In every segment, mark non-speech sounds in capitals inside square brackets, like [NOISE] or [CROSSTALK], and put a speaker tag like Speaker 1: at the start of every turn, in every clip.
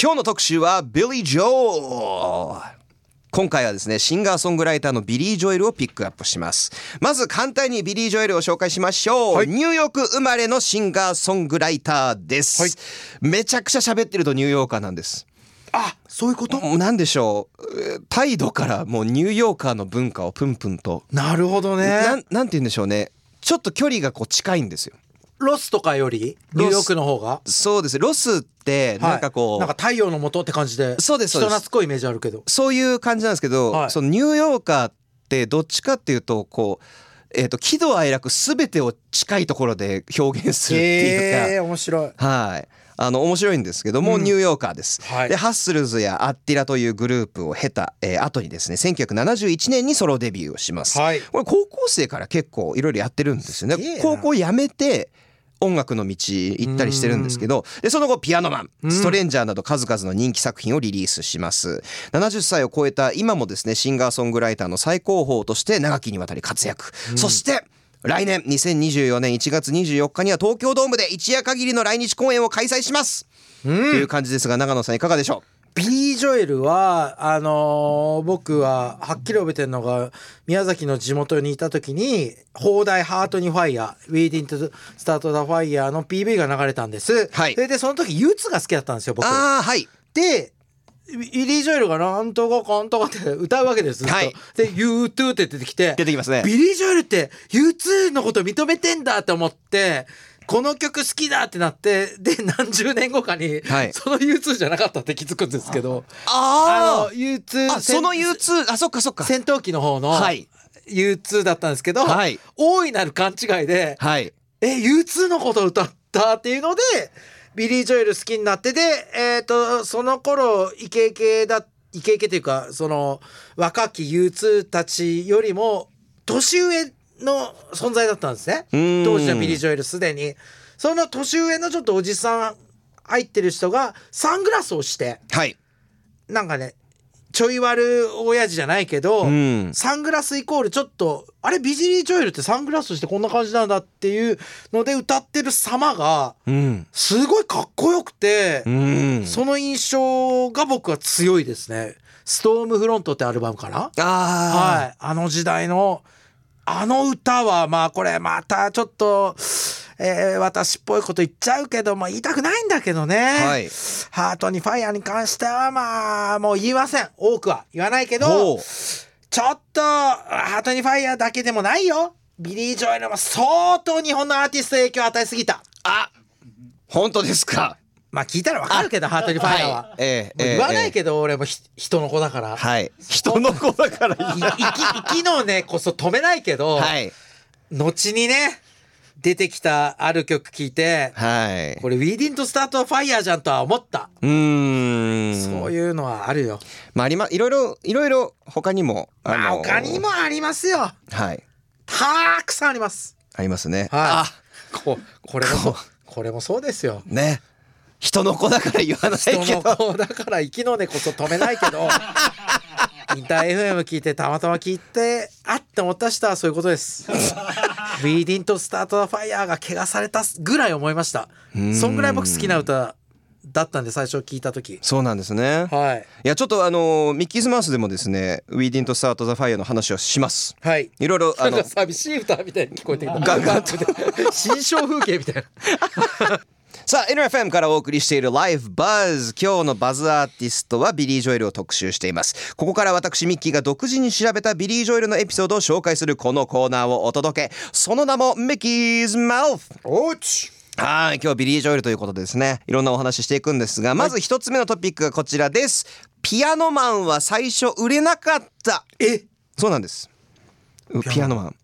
Speaker 1: 今日の特集はビリー・ジョー今回はですねシンガーソングライターのビリー・ジョエルをピックアップしますまず簡単にビリー・ジョエルを紹介しましょう、
Speaker 2: はい
Speaker 1: ニューヨーク生まれのシンガーソングライターです、
Speaker 2: はい
Speaker 1: めちゃくちゃ喋ってるとニューヨーカーなんです
Speaker 2: あそういうこと
Speaker 1: なんでしょうえー態度からもうニューヨーカーの文化をプンプンと、
Speaker 2: なるほど
Speaker 1: な
Speaker 2: ね
Speaker 1: んなんて言うんでしょうねちょっと距離がこう近いんですよ
Speaker 2: ロスとかよりニューヨークの方が
Speaker 1: そうですロスってなんかこう、
Speaker 2: はいなんか太陽の元って感じで
Speaker 1: そうですそうです
Speaker 2: 人懐っこいイメージあるけど
Speaker 1: そういう感じなんですけど、
Speaker 2: はい
Speaker 1: そのニューヨーカーってどっちかっていうとこう、えー、と喜怒哀楽全てを近いところで表現するっていうか、
Speaker 2: えー、面白い
Speaker 1: はい。あの面白いんですけども、
Speaker 2: うん
Speaker 1: ニューヨーカーです、
Speaker 2: はい
Speaker 1: でハッスルズやアッティラというグループを経た、えー後にですね1971年にソロデビューをします、
Speaker 2: はい
Speaker 1: これ高校生から結構いろいろやってるんですよね
Speaker 2: すげえな
Speaker 1: 高校辞めて音楽の道行ったりしてるんですけどでその後「ピアノマン」「
Speaker 2: ん
Speaker 1: ストレンジャー」など数々の人気作品をリリースします70歳を超えた今もですねシンガーソングライターの最高峰として長きにわたり活躍、そして来年2024年1月24日には東京ドームで一夜限りの来日公演を開催します、という感じですが長野さんいかがでしょ
Speaker 2: B ジョエルはあのー僕ははっきり覚えてるのが宮崎の地元にいた時に「放題ハートにファイヤー」「ウェイディントスタート・ザ・ファイヤー」の PV が流れたんです、
Speaker 1: はい
Speaker 2: それでその時ユーツが好きだったんですよ
Speaker 1: う
Speaker 2: 僕
Speaker 1: ああはい
Speaker 2: でビリー・ジョエルが「なんとかかんとか」って歌うわけですずっと、
Speaker 1: はい
Speaker 2: で「U2」って出てきて
Speaker 1: 出てきますね
Speaker 2: ビリー・ジョエルって U2 のこと認めてんだって思ってこの曲好きだってなってで何十年後かに、
Speaker 1: はい
Speaker 2: その U2 じゃなかったって気づくんですけど
Speaker 1: あ
Speaker 2: あの U2
Speaker 1: ああその
Speaker 2: 戦
Speaker 1: U2 あそっかそっか
Speaker 2: 戦闘機の方の
Speaker 1: はい
Speaker 2: U2 だったんですけど、
Speaker 1: はい
Speaker 2: 大いなる勘違いで
Speaker 1: はい
Speaker 2: え U2 のこと歌ったっていうのでビリー・ジョエル好きになってで、えー、とその頃イケイケだイケイケというかその若き U2 たちよりも年上の存在だったんですね
Speaker 1: うん
Speaker 2: 当時のビリー・ジョエルすでにその年上のちょっとおじさん入ってる人がサングラスをして
Speaker 1: はい
Speaker 2: なんかねちょい悪親父じゃないけど、
Speaker 1: うん
Speaker 2: サングラスイコールちょっとあれビジリー・ジョエルってサングラスしてこんな感じなんだっていうので歌ってる様が
Speaker 1: うん
Speaker 2: すごいかっこよくて、
Speaker 1: うん
Speaker 2: その印象が僕は強いですね。ストームフロントってアルバムかな
Speaker 1: あ
Speaker 2: はい、あの時代のあの歌はまあこれまたちょっと、えー私っぽいこと言っちゃうけど、まあ、言いたくないんだけどね、
Speaker 1: はい
Speaker 2: ハートにファイヤーに関してはまあもう言いません多くは言わないけ
Speaker 1: ーほ
Speaker 2: ど
Speaker 1: う
Speaker 2: ちょっとハートにファイヤーだけでもないよビリー・ジョエルも相当日本のアーティストに影響を与えすぎた
Speaker 1: あ本当ですか
Speaker 2: まあ聞いたらわかるけどハートにファイヤーは、
Speaker 1: はいええ
Speaker 2: もう言わない
Speaker 1: ど
Speaker 2: けど、俺もひ人の子だから、
Speaker 1: はい人の子だから
Speaker 2: い生き生きのねこそ止めないけど、
Speaker 1: はい
Speaker 2: 後にね出てきたある曲聞いて、
Speaker 1: はい
Speaker 2: これ「We Didn't Start Fire」じゃんとは思った、
Speaker 1: うーん
Speaker 2: そういうのはあるよ
Speaker 1: まあありまいろいろいろいろ他にもあ
Speaker 2: まあ
Speaker 1: の
Speaker 2: 他にもありますよ
Speaker 1: はい
Speaker 2: たくさんあります
Speaker 1: ありますね
Speaker 2: は
Speaker 1: あ
Speaker 2: いここれもそうこれもそうですよ
Speaker 1: ね人の子だから言わないけ
Speaker 2: 人
Speaker 1: ど
Speaker 2: の子だから生きの根こそ止めないけどインター FM 聞いてたまたま聞いてあって思った人はそういうことです「We Didn't Start the Fire」が怪我されたぐらい思いましたそんぐらい僕好きな歌だったんで最初聞いた時
Speaker 1: そうなんですね
Speaker 2: はい
Speaker 1: いやちょっとあのミッキーズマウスでもですね「We Didn't Start the Fire」の話をします
Speaker 2: はい
Speaker 1: いろいろあ
Speaker 2: なん
Speaker 1: の
Speaker 2: [LAUGHS] か寂しい歌みたいに聞こえてきた
Speaker 1: ガンガンと
Speaker 2: 新象風景みたいな
Speaker 1: さあ NFM からお送りしている Live Buzz 今日のバズアーティストはビリー・ジョエルを特集していますここから私ミッキーが独自に調べたビリー・ジョエルのエピソードを紹介するこのコーナーをお届けその名もミッキーズ・マウス
Speaker 2: おうち
Speaker 1: はい今日はビリー・ジョエルということでですねいろんなお話ししていくんですがまず一つ目のトピックがこちらですピアノマンは最初売れなかった
Speaker 2: え
Speaker 1: そうなんですピアノマン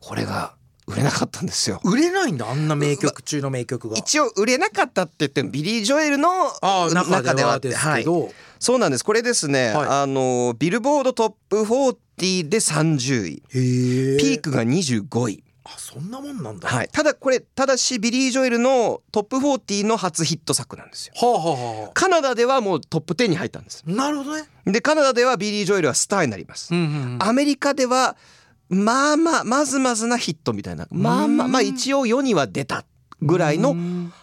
Speaker 1: これが売れなかったんですよ
Speaker 2: 売れないんだあんな名曲中の名曲が
Speaker 1: 一応売れなかったって言ってもビリー・ジョエルの
Speaker 2: ああ中
Speaker 1: 中
Speaker 2: で
Speaker 1: ではあ
Speaker 2: は
Speaker 1: って
Speaker 2: です
Speaker 1: は
Speaker 2: け
Speaker 1: い
Speaker 2: ど、
Speaker 1: そうなんですこれですね、
Speaker 2: はい
Speaker 1: あのビルボードトップ40で30位
Speaker 2: へえ
Speaker 1: ピークが25位、
Speaker 2: あそんなもんなんだ
Speaker 1: はい、ただこれただしビリー・ジョエルのトップ40の初ヒット作なんですよ
Speaker 2: はあ、はあはあ、
Speaker 1: カナダではもうトップ10に入ったんです
Speaker 2: なるほどね、
Speaker 1: でカナダではビリー・ジョエルはスターになります、
Speaker 2: んうん
Speaker 1: アメリカではまあまあまずまずなヒットみたいなまあまあまあ一応世には出たぐらいの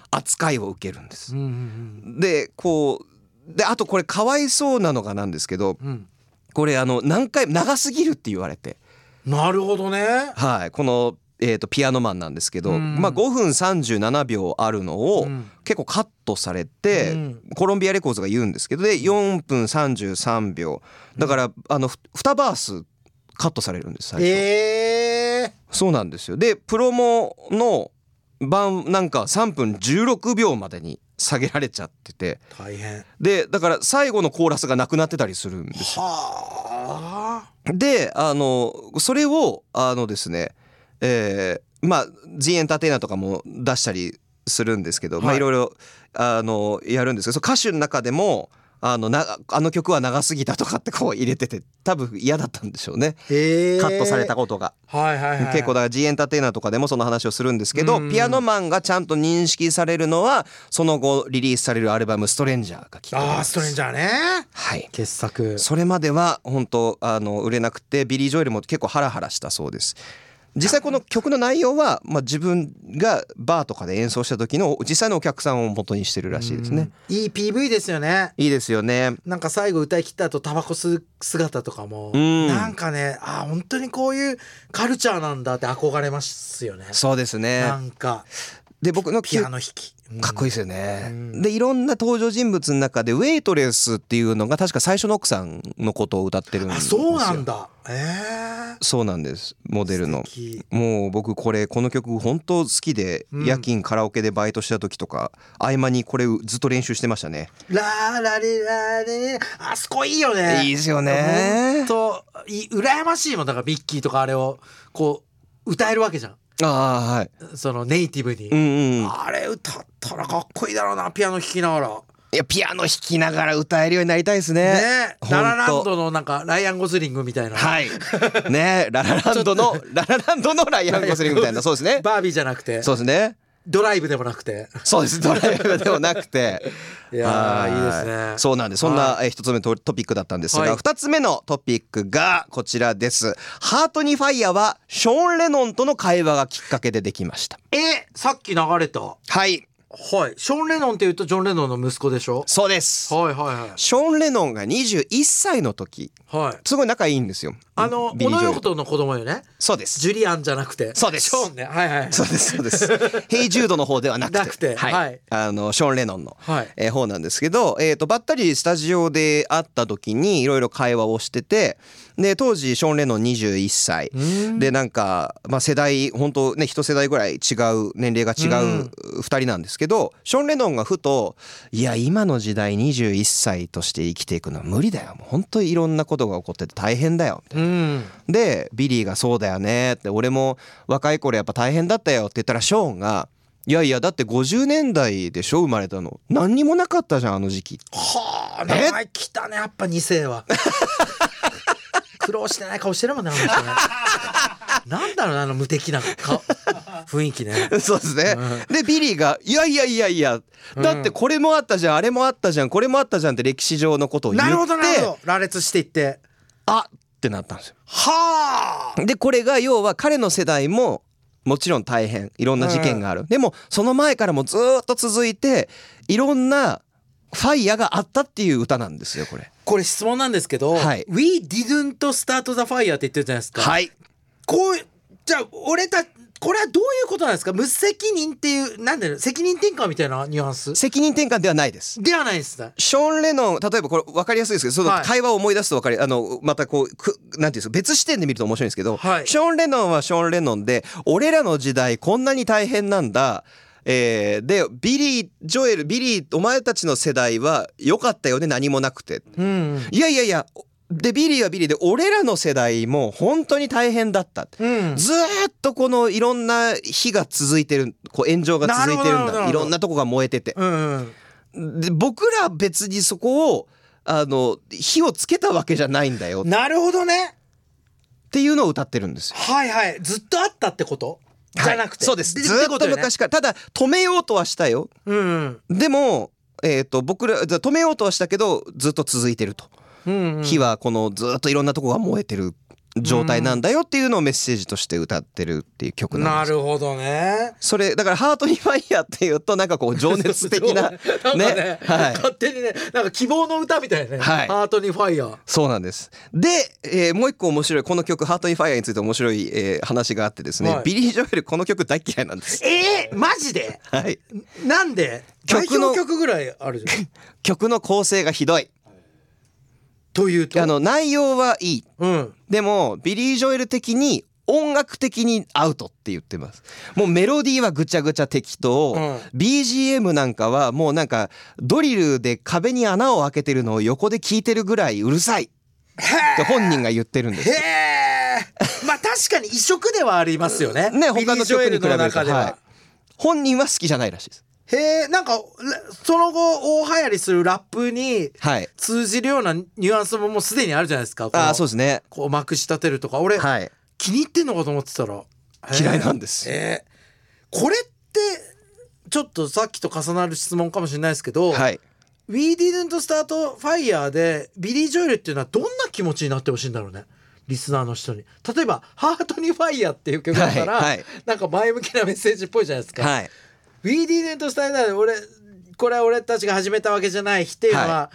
Speaker 1: 扱いを受けるんです
Speaker 2: うんうんうん
Speaker 1: でこうであとこれかわいそうなのがなんですけど
Speaker 2: うん、
Speaker 1: これあの何回長すぎるって言われて
Speaker 2: なるほどね。
Speaker 1: はいこの、えー、とピアノマンなんですけど、
Speaker 2: うん
Speaker 1: まあ、5分37秒あるのを
Speaker 2: うん
Speaker 1: 結構カットされて、
Speaker 2: うん
Speaker 1: コロンビアレコーズが言うんですけどで4分33秒だからあのふ2バースカットされるんです最初、
Speaker 2: ええ
Speaker 1: そうなんですよでプロモの版なんか3分16秒までに下げられちゃってて
Speaker 2: 大変。
Speaker 1: でだから最後のコーラスがなくなってたりするんですよ
Speaker 2: はあ。
Speaker 1: であのそれをあのですねえーまあ G エンターテイナーとかも出したりするんですけど、ま
Speaker 2: は
Speaker 1: あ
Speaker 2: い
Speaker 1: いろいろあのやるんですけどその歌手の中でもあのなあの曲は長すぎたとかってこう入れてて多分嫌だったんでしょうね、
Speaker 2: ええ
Speaker 1: カットされた。ことが、
Speaker 2: はいはいはい。
Speaker 1: 結構だから G エンターテイナーとかでもその話をするんですけど
Speaker 2: うん
Speaker 1: ピアノマンがちゃんと認識されるのはその後リリースされるアルバム「ストレンジャー」がきっかけ
Speaker 2: ああ、ストレンジ
Speaker 1: ャー
Speaker 2: ャーね。
Speaker 1: はい
Speaker 2: 傑作。
Speaker 1: それまでは本当あの売れなくてビリー・ジョエルも結構ハラハラしたそうです実際この曲の内容は、まあ、自分がバーとかで演奏した時の実際のお客さんを元にしてるらしいですね
Speaker 2: うん。いい PV ですよね。
Speaker 1: いいですよね
Speaker 2: なんか最後歌い切った後タバコ吸う姿とかも、
Speaker 1: うん
Speaker 2: なんかねあー本当にこういうカルチャーなんだって憧れますよね。
Speaker 1: そうですね
Speaker 2: なんか
Speaker 1: で僕の
Speaker 2: ピ
Speaker 1: き
Speaker 2: アノ弾き、うん
Speaker 1: かっこいいですよね、
Speaker 2: うん
Speaker 1: でいろんな登場人物の中でウェイトレスっていうのが確か最初の奥さんのことを歌ってるんで
Speaker 2: あ
Speaker 1: すよ
Speaker 2: そうなんだ。え
Speaker 1: そうなんですモデル
Speaker 2: え
Speaker 1: の
Speaker 2: ー。
Speaker 1: もう僕これこの曲本当好きで、
Speaker 2: うん
Speaker 1: 夜勤カラオケでバイトした時とか合間にこれずっと練習してましたね。
Speaker 2: ラーラリラリあそこいいよね。
Speaker 1: いいですよ
Speaker 2: 本
Speaker 1: ね。
Speaker 2: 当い羨ましいもんだからビッキーとかあれをこう歌えるわけじゃん。
Speaker 1: ああはい。
Speaker 2: そのネイティブに。
Speaker 1: うんうん。い
Speaker 2: あれ歌ったらかっこいいだろうなピアノ弾きながら。
Speaker 1: やピアノ弾きながら歌えるようになりたいですね。
Speaker 2: ね
Speaker 1: ほんと
Speaker 2: ララランドのなんかライアン・ゴズリングみたいな、
Speaker 1: はい。 [LAUGHS] ねララランドのララランドのライアンゴスリングみたいなそうですね。
Speaker 2: バービーじゃなくて
Speaker 1: そうですね。
Speaker 2: ドライブでもなくて
Speaker 1: そうですドライブでもなくて。
Speaker 2: [LAUGHS] いや
Speaker 1: は
Speaker 2: ーいいですね
Speaker 1: そうなんです。そんなえー一つ目のトトピックだったんです
Speaker 2: は
Speaker 1: が、
Speaker 2: い
Speaker 1: 二つ目のトピックがこちらです。ハートにファイヤーはショーンレノンとの会話がきっかけでできました。
Speaker 2: えさっき流れたは
Speaker 1: はい、
Speaker 2: いショーン・レノンっていうとジョン・レノンの息子でしょ
Speaker 1: そうです。
Speaker 2: はいはいはい
Speaker 1: ショーンレノンが21歳の時、
Speaker 2: はい
Speaker 1: すごい仲いいんですよ。
Speaker 2: あの
Speaker 1: ビ
Speaker 2: 小
Speaker 1: リー
Speaker 2: 野
Speaker 1: ジョエル
Speaker 2: 横丁の子供よね
Speaker 1: そうです。
Speaker 2: ジュリアンじゃなくて
Speaker 1: そうです
Speaker 2: ショーンねはいはいはい
Speaker 1: そうですそう
Speaker 2: [LAUGHS]
Speaker 1: です。ヘイジュードの方ではなくて、
Speaker 2: なくて
Speaker 1: はい、
Speaker 2: はい
Speaker 1: あのショーンレノンの、
Speaker 2: はい
Speaker 1: えー方なんですけど、えっ、とばったりスタジオで会った時にいろいろ会話をしてて、で当時ショーンレノン21歳
Speaker 2: ん
Speaker 1: でなんかまあ世代本当ね一世代ぐらい違う年齢が違う二人なんですけど、ショーンレノンがふといや今の時代21歳として生きていくのは無理だよ。もう本当にいろんなことが起こってて大変だよ。
Speaker 2: うん
Speaker 1: でビリーが「そうだよね」って「俺も若い頃やっぱ大変だったよ」って言ったらショーンが「いやいやだって50年代でしょ生まれたの何にもなかったじゃんあの時
Speaker 2: [LAUGHS]
Speaker 1: 期」
Speaker 2: はあ
Speaker 1: え
Speaker 2: 名前来たねやっぱ2世は [LAUGHS] 苦労してない顔してるもんねあの [LAUGHS] 人ねなんだろうなあの無敵な顔雰囲気ね
Speaker 1: そうですね、でビリーが「いやいやいやいやだってこれもあったじゃんあれもあったじゃんこれもあったじゃん」って歴史上のことを言って
Speaker 2: なるほどなるほど羅列していって
Speaker 1: あってなったんですよ。
Speaker 2: はあ
Speaker 1: でこれが要は彼の世代ももちろん大変いろんな事件がある、でもその前からもずーっと続いていろんなファイヤーがあったっていう歌なんですよこれ。
Speaker 2: これ質問なんですけど「
Speaker 1: はい
Speaker 2: We didn't start the fire」って言ってるじゃないですか、
Speaker 1: い
Speaker 2: こうじゃあ俺たこれはどういうことなんですか無責任っていうなんだろう責任転換みたいなニュアンス
Speaker 1: 責任転換ではないです。
Speaker 2: ではないですね
Speaker 1: ショーン・レノン例えばこれ分かりやすいですけどその
Speaker 2: はい
Speaker 1: 会話を思い出すと分かり、あのまたこうくなんていうんですか別視点で見ると面白いんですけど、
Speaker 2: はい
Speaker 1: ショーン・レノンはショーン・レノンで俺らの時代こんなに大変なんだ、えーでビリー・ジョエルビリーお前たちの世代は良かったよね何もなくて。
Speaker 2: うん
Speaker 1: いやいやいやでビリーはビリーで俺らの世代も本当に大変だった。
Speaker 2: うん
Speaker 1: ずーっとこのいろんな火が続いてるこう炎上が続いてる
Speaker 2: なるほどなんるほどなる
Speaker 1: だ
Speaker 2: ほど
Speaker 1: いろんなとこが燃えてて
Speaker 2: うん
Speaker 1: で僕ら別にそこをあの火をつけたわけじゃないんだよっ
Speaker 2: なるほどね
Speaker 1: ていうのを歌ってるんですよ。
Speaker 2: はいはいずっとあったってことじゃなく
Speaker 1: はい
Speaker 2: て、
Speaker 1: そうですず
Speaker 2: て
Speaker 1: ーっと
Speaker 2: よね
Speaker 1: 昔からただ止めようとはしたよ
Speaker 2: うん
Speaker 1: でも、えー、と僕らじゃあ止めようとはしたけどずっと続いてると
Speaker 2: うんうん
Speaker 1: 火はこのずーっといろんなとこが燃えてる状態なんだよっていうのをメッセージとして歌ってるっていう曲なんで
Speaker 2: な
Speaker 1: す
Speaker 2: るほどね。
Speaker 1: それだから「ハートにファイヤー」っていうとなんかこう情熱的 [LAUGHS]
Speaker 2: [LAUGHS]
Speaker 1: な
Speaker 2: ねなんかね
Speaker 1: ね、はい、
Speaker 2: 勝手にねなんか希望の歌みたいなね、
Speaker 1: はい
Speaker 2: ハートにファイヤー。
Speaker 1: そうなんです。で、えーもう一個面白いこの曲「ハートにファイヤー」について面白い、えー話があってですね、
Speaker 2: はい
Speaker 1: ビリー・ジョエルこの曲大嫌いなんです。
Speaker 2: えー、マジで
Speaker 1: はい、
Speaker 2: なんで
Speaker 1: 曲の
Speaker 2: 代表曲ぐらいあるじゃん。 [LAUGHS]
Speaker 1: 曲の構成がひどい
Speaker 2: というと
Speaker 1: あの内容はいい
Speaker 2: うん、
Speaker 1: でもビリー・ジョエル的に音楽的にアウトって言ってますもうメロディーはぐちゃぐちゃ適当、
Speaker 2: うん
Speaker 1: BGM なんかはもうなんかドリルで壁に穴を開けてるのを横で聞いてるぐらいうるさいって本人が言ってるんです
Speaker 2: へえまあ確かに異色ではありますよね
Speaker 1: ね
Speaker 2: ビリ
Speaker 1: 他
Speaker 2: ー
Speaker 1: の
Speaker 2: ジョ
Speaker 1: 曲
Speaker 2: エ
Speaker 1: に
Speaker 2: ル
Speaker 1: 比べると
Speaker 2: 中では、
Speaker 1: はい本人は好きじゃないらしいです
Speaker 2: へえなんからその後大流行りするラップに
Speaker 1: はい
Speaker 2: 通じるようなニュアンスももうすでにあるじゃないですか
Speaker 1: ああそう
Speaker 2: う
Speaker 1: ですね
Speaker 2: こうまくし立てるとか俺、
Speaker 1: はい
Speaker 2: 気に入ってんのかと思ってたら
Speaker 1: 嫌いな
Speaker 2: へ
Speaker 1: んです
Speaker 2: えへえこれってちょっとさっきと重なる質問かもしれないですけど「
Speaker 1: はい
Speaker 2: We Didn't Start Fire」でビリー・ジョエルっていうのはどんな気持ちになってほしいんだろうねリスナーの人に例えば「ハートにファイヤーっていう曲だったら、
Speaker 1: はいはい
Speaker 2: なんか前向きなメッセージっぽいじゃないですか。
Speaker 1: はい
Speaker 2: ウィーディネントスタイナーで俺これは俺たちが始めたわけじゃないっていうのは、
Speaker 1: は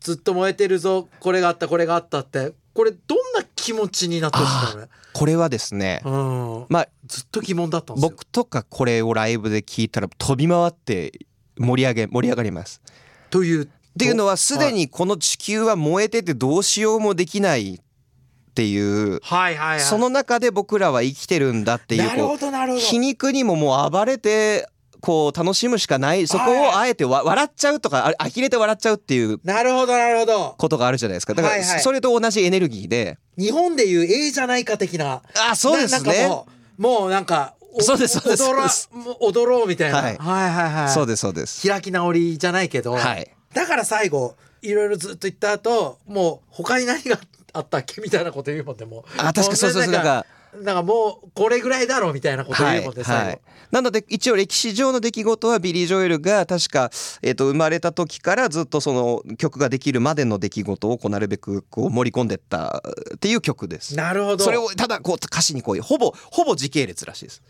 Speaker 2: ずっと燃えてるぞこれがあったこれがあったってこれどんな気持ちになってるんだろうね
Speaker 1: これはですね
Speaker 2: うん
Speaker 1: まあ
Speaker 2: ずっと疑問だったんですよ
Speaker 1: 僕とかこれをライブで聞いたら飛び回って盛り上げ盛り上がります
Speaker 2: というっ
Speaker 1: っていうのはすでにこの地球は燃えててどうしようもできないっていう
Speaker 2: はいはいはい
Speaker 1: その中で僕らは生きてるんだってい
Speaker 2: な
Speaker 1: う
Speaker 2: る
Speaker 1: こ
Speaker 2: ほどなる
Speaker 1: う
Speaker 2: ほど
Speaker 1: 皮肉にももう暴れてこう楽しむしかないそこをあえてわ笑っちゃうとかあ呆れて笑っちゃうっていう
Speaker 2: なるほどなるほど
Speaker 1: ことがあるじゃないですかだか
Speaker 2: はい
Speaker 1: ら
Speaker 2: はい
Speaker 1: それと同じエネルギーで
Speaker 2: 日本でいうええじゃないか的な
Speaker 1: あそうです
Speaker 2: ななんか
Speaker 1: ね
Speaker 2: もうもうなんかお
Speaker 1: そうですそうです
Speaker 2: 踊
Speaker 1: そう
Speaker 2: ら
Speaker 1: です
Speaker 2: もう踊ろうみたいな、
Speaker 1: は
Speaker 2: はいい、はいはいはい
Speaker 1: そうですそうです
Speaker 2: 開き直りじゃないけど、
Speaker 1: はい
Speaker 2: だから最後いろいろずっと言った後もう他に何があったっけみたいなこと言うもんでも
Speaker 1: あ確かにそうそうそうなんか
Speaker 2: なんかもうこれぐらいだろうみたいなこと言うもんで、最後、
Speaker 1: はい、なので一応歴史上の出来事はビリー・ジョエルが確か、えー、と生まれた時からずっとその曲ができるまでの出来事をこうなるべくこう盛り込んでったっていう曲です。
Speaker 2: なるほど
Speaker 1: それをただこう歌詞にこうほぼほぼ時系列らしいです。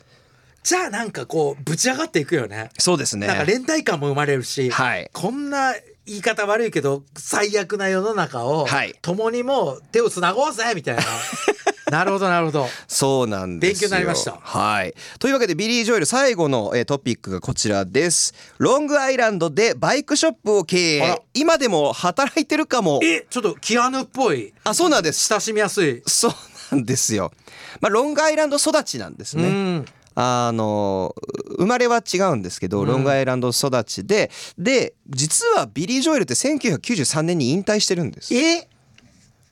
Speaker 2: じゃあなんかこうぶち上がっていくよね
Speaker 1: そうですね
Speaker 2: なんか連帯感も生まれるし、
Speaker 1: はい
Speaker 2: こんな言い方悪いけど最悪な世の中を、
Speaker 1: はい
Speaker 2: 共にもう手をつなごうぜみたい
Speaker 1: [LAUGHS]
Speaker 2: ななるほどなるほど
Speaker 1: そうなんですよ。
Speaker 2: 勉強になりました
Speaker 1: はい。というわけでビリー・ジョエル最後の、えートピックがこちらです。ロングアイランドでバイクショップを経
Speaker 2: あ
Speaker 1: 営
Speaker 2: ら。
Speaker 1: 今でも働いてるかも。
Speaker 2: えちょっとキアヌっぽい
Speaker 1: あ、そうなんです。
Speaker 2: 親しみやすい、
Speaker 1: そうなんですよ。まあ、ロングアイランド育ちなんです
Speaker 2: う
Speaker 1: ね。
Speaker 2: ん
Speaker 1: あの生まれは違うんですけど、ロングアイランド育ちでで実はビリー・ジョエルって1993年に引退してるんです
Speaker 2: え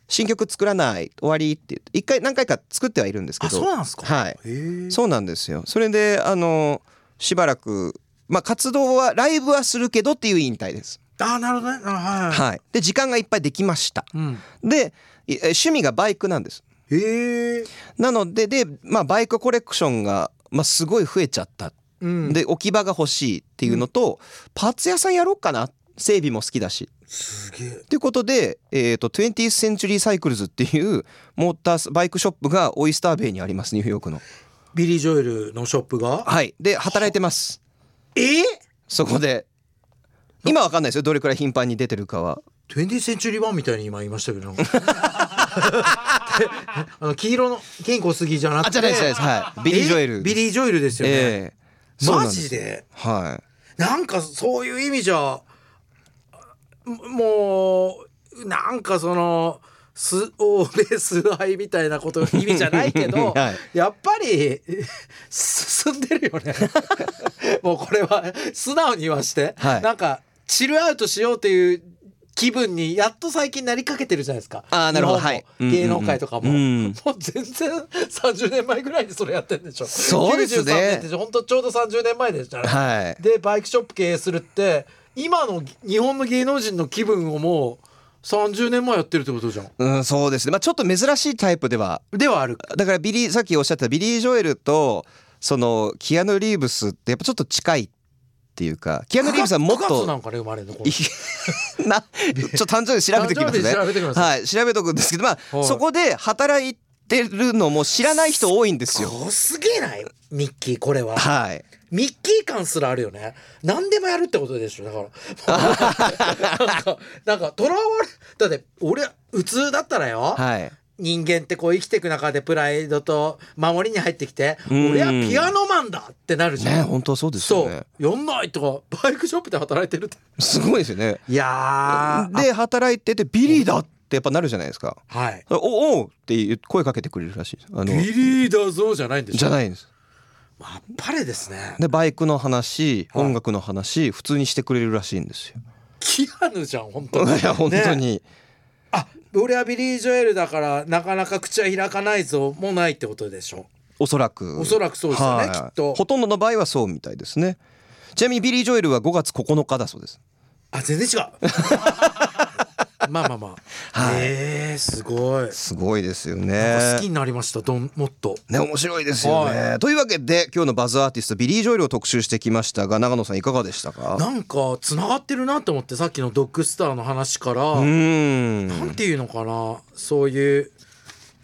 Speaker 1: 新曲作らない終わりって言って一回何回か作ってはいるんですけ
Speaker 2: あ
Speaker 1: ど
Speaker 2: そうなんですか
Speaker 1: はい
Speaker 2: へー
Speaker 1: そうなんですよそれであのしばらく、まあ、活動はライブはするけどっていう引退です、
Speaker 2: あーなるほどねあはいはい、
Speaker 1: はい、で時間がいっぱいできました
Speaker 2: うん、
Speaker 1: でいえ趣味がバイクなんです
Speaker 2: へえ、
Speaker 1: なのでで、まあ、バイクコレクションが、まあ、すごい増えちゃった、
Speaker 2: うん、
Speaker 1: で置き場が欲しいっていうのと、パーツ屋さんやろうかな整備も好きだし
Speaker 2: すげえ
Speaker 1: ということで、えー、と 20th Century Cycles っていうモーターバイクショップがオイスターベイにありますニューヨークの
Speaker 2: ビリー・ジョエルのショップが
Speaker 1: はいで働いてます
Speaker 2: えー、
Speaker 1: そこで今わかんないですよどれくらい頻繁に出てるかは
Speaker 2: 20th century 版みたいに今言いました
Speaker 1: [LAUGHS]
Speaker 2: けど [LAUGHS] あの黄色の健康すぎじゃなくて
Speaker 1: あじゃないですじゃないですはいビリー・ジョエル
Speaker 2: えビリー・ジョエルですよね、
Speaker 1: ええそうなん
Speaker 2: マ
Speaker 1: す
Speaker 2: ジで
Speaker 1: はい
Speaker 2: なんかそういう意味じゃもうなんかそのす欧米崇拝みたいなこと意味じゃない
Speaker 1: [LAUGHS]
Speaker 2: けど、
Speaker 1: は
Speaker 2: やっぱり進んでる
Speaker 1: [LAUGHS]
Speaker 2: よねもうこれは素直に言わして、
Speaker 1: はい
Speaker 2: なんかチルアウトしようという気分にやっと最近なりかけてるじゃないですか
Speaker 1: あーなるほど
Speaker 2: 日本
Speaker 1: は
Speaker 2: も
Speaker 1: い
Speaker 2: 芸能界とかも、
Speaker 1: うんうんうん
Speaker 2: もう全然30年前ぐらいにそれやってんでしょ
Speaker 1: そうですね
Speaker 2: 93年って本当ちょうど30年前でしたね、
Speaker 1: はい
Speaker 2: でバイクショップ経営するって今の日本の芸能人の気分をもう30年前やってるってことじゃん
Speaker 1: うん、そうですね、まあ、ちょっと珍しいタイプでは
Speaker 2: ではある
Speaker 1: だからビリーさっきおっしゃったビリー・ジョエルとそのキアヌ・リーブスってやっぱちょっと近いっていうかキアヌ・リーブスはもっ
Speaker 2: 9月な
Speaker 1: と
Speaker 2: んかね生まれるのこ
Speaker 1: い
Speaker 2: れ
Speaker 1: なちょっと誕生日調べておきますね
Speaker 2: 誕生日調べてください
Speaker 1: はい調べとくんですけどまあ
Speaker 2: はい
Speaker 1: そこで働いてるのも知らない人多いんですよ
Speaker 2: こすげえないミッキーこれは
Speaker 1: はい
Speaker 2: ミッキー感すらあるよね何でもやるってことでしょだ
Speaker 1: [LAUGHS]
Speaker 2: からなんかなんかとらわれだって俺普通だったらよ、
Speaker 1: はい
Speaker 2: 人間ってこう生きていく中でプライドと守りに入ってきて「
Speaker 1: うん
Speaker 2: 俺はピアノマンだ!」ってなるじゃん。
Speaker 1: ね本当そうです
Speaker 2: そ
Speaker 1: よ
Speaker 2: う
Speaker 1: ね
Speaker 2: 4枚とかバイクショップで働いてるって
Speaker 1: すごいですよね
Speaker 2: いやー
Speaker 1: で働いててビリーだってやっぱなるじゃないですか
Speaker 2: あはい
Speaker 1: おおうっていう声かけてくれるらしいですあの
Speaker 2: ビリーだぞじゃないんでしょ
Speaker 1: じゃないんです
Speaker 2: あっぱれですね
Speaker 1: でバイクの話
Speaker 2: はい
Speaker 1: 音楽の話普通にしてくれるらしいんですよ
Speaker 2: キアヌじゃん本当に
Speaker 1: いや本当
Speaker 2: [LAUGHS] ね
Speaker 1: に
Speaker 2: あ俺はビリー・ジョエルだからなかなか口は開かないぞもないってことでしょ
Speaker 1: おそらく
Speaker 2: おそらくそうですよね
Speaker 1: はい
Speaker 2: きっと
Speaker 1: ほとんどの場合はそうみたいですねちなみにビリー・ジョエルは5月9日だそうです
Speaker 2: あ全然違うまあまあまあ、
Speaker 1: はい
Speaker 2: えー、すごい
Speaker 1: すごいですよ
Speaker 2: なんか
Speaker 1: ね
Speaker 2: 好きになりましたどんもっと
Speaker 1: ね面白いですよねというわけで今日のバズアーティストビリー・ジョエルを特集してきましたが長野さんいかがでしたか
Speaker 2: なんかつながってるなと思ってさっきのドッグスターの話から、
Speaker 1: うーん
Speaker 2: なんていうのかなそういう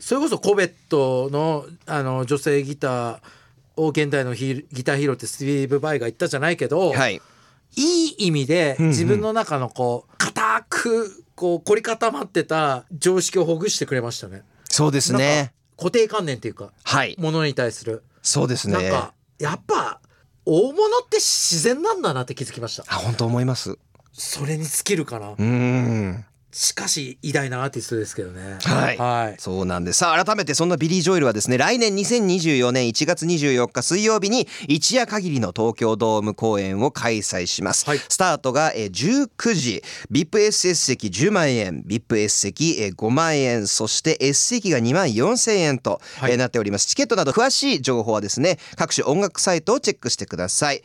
Speaker 2: それこそコベットのあの女性ギターを現代のヒーギターヒーローってスティーブ・バイが言ったじゃないけど、
Speaker 1: はい
Speaker 2: いい意味で
Speaker 1: んうん
Speaker 2: 自分の中のこう固くこう凝り固まってた常識をほぐしてくれましたね。
Speaker 1: そうです
Speaker 2: なん
Speaker 1: ね
Speaker 2: か固定観念っていうか
Speaker 1: はい
Speaker 2: ものに対する、
Speaker 1: そうです
Speaker 2: なん
Speaker 1: ね
Speaker 2: かやっぱ大物って自然なんだなって気づきました
Speaker 1: あ本当思いますう
Speaker 2: それに尽きるかな
Speaker 1: ーん
Speaker 2: しかし偉大なアーティストですけどね
Speaker 1: はい
Speaker 2: はい、
Speaker 1: そうなんですさあ改めてそんなビリー・ジョエルはですね来年2024年1月24日水曜日に一夜限りの東京ドーム公演を開催します、
Speaker 2: はい
Speaker 1: スタートがえー19時 VIPSS 席10万円 VIPS 席えー5万円そして S 席が2万4千円と、
Speaker 2: はい
Speaker 1: えーなっておりますチケットなど詳しい情報はですね各種音楽サイトをチェックしてください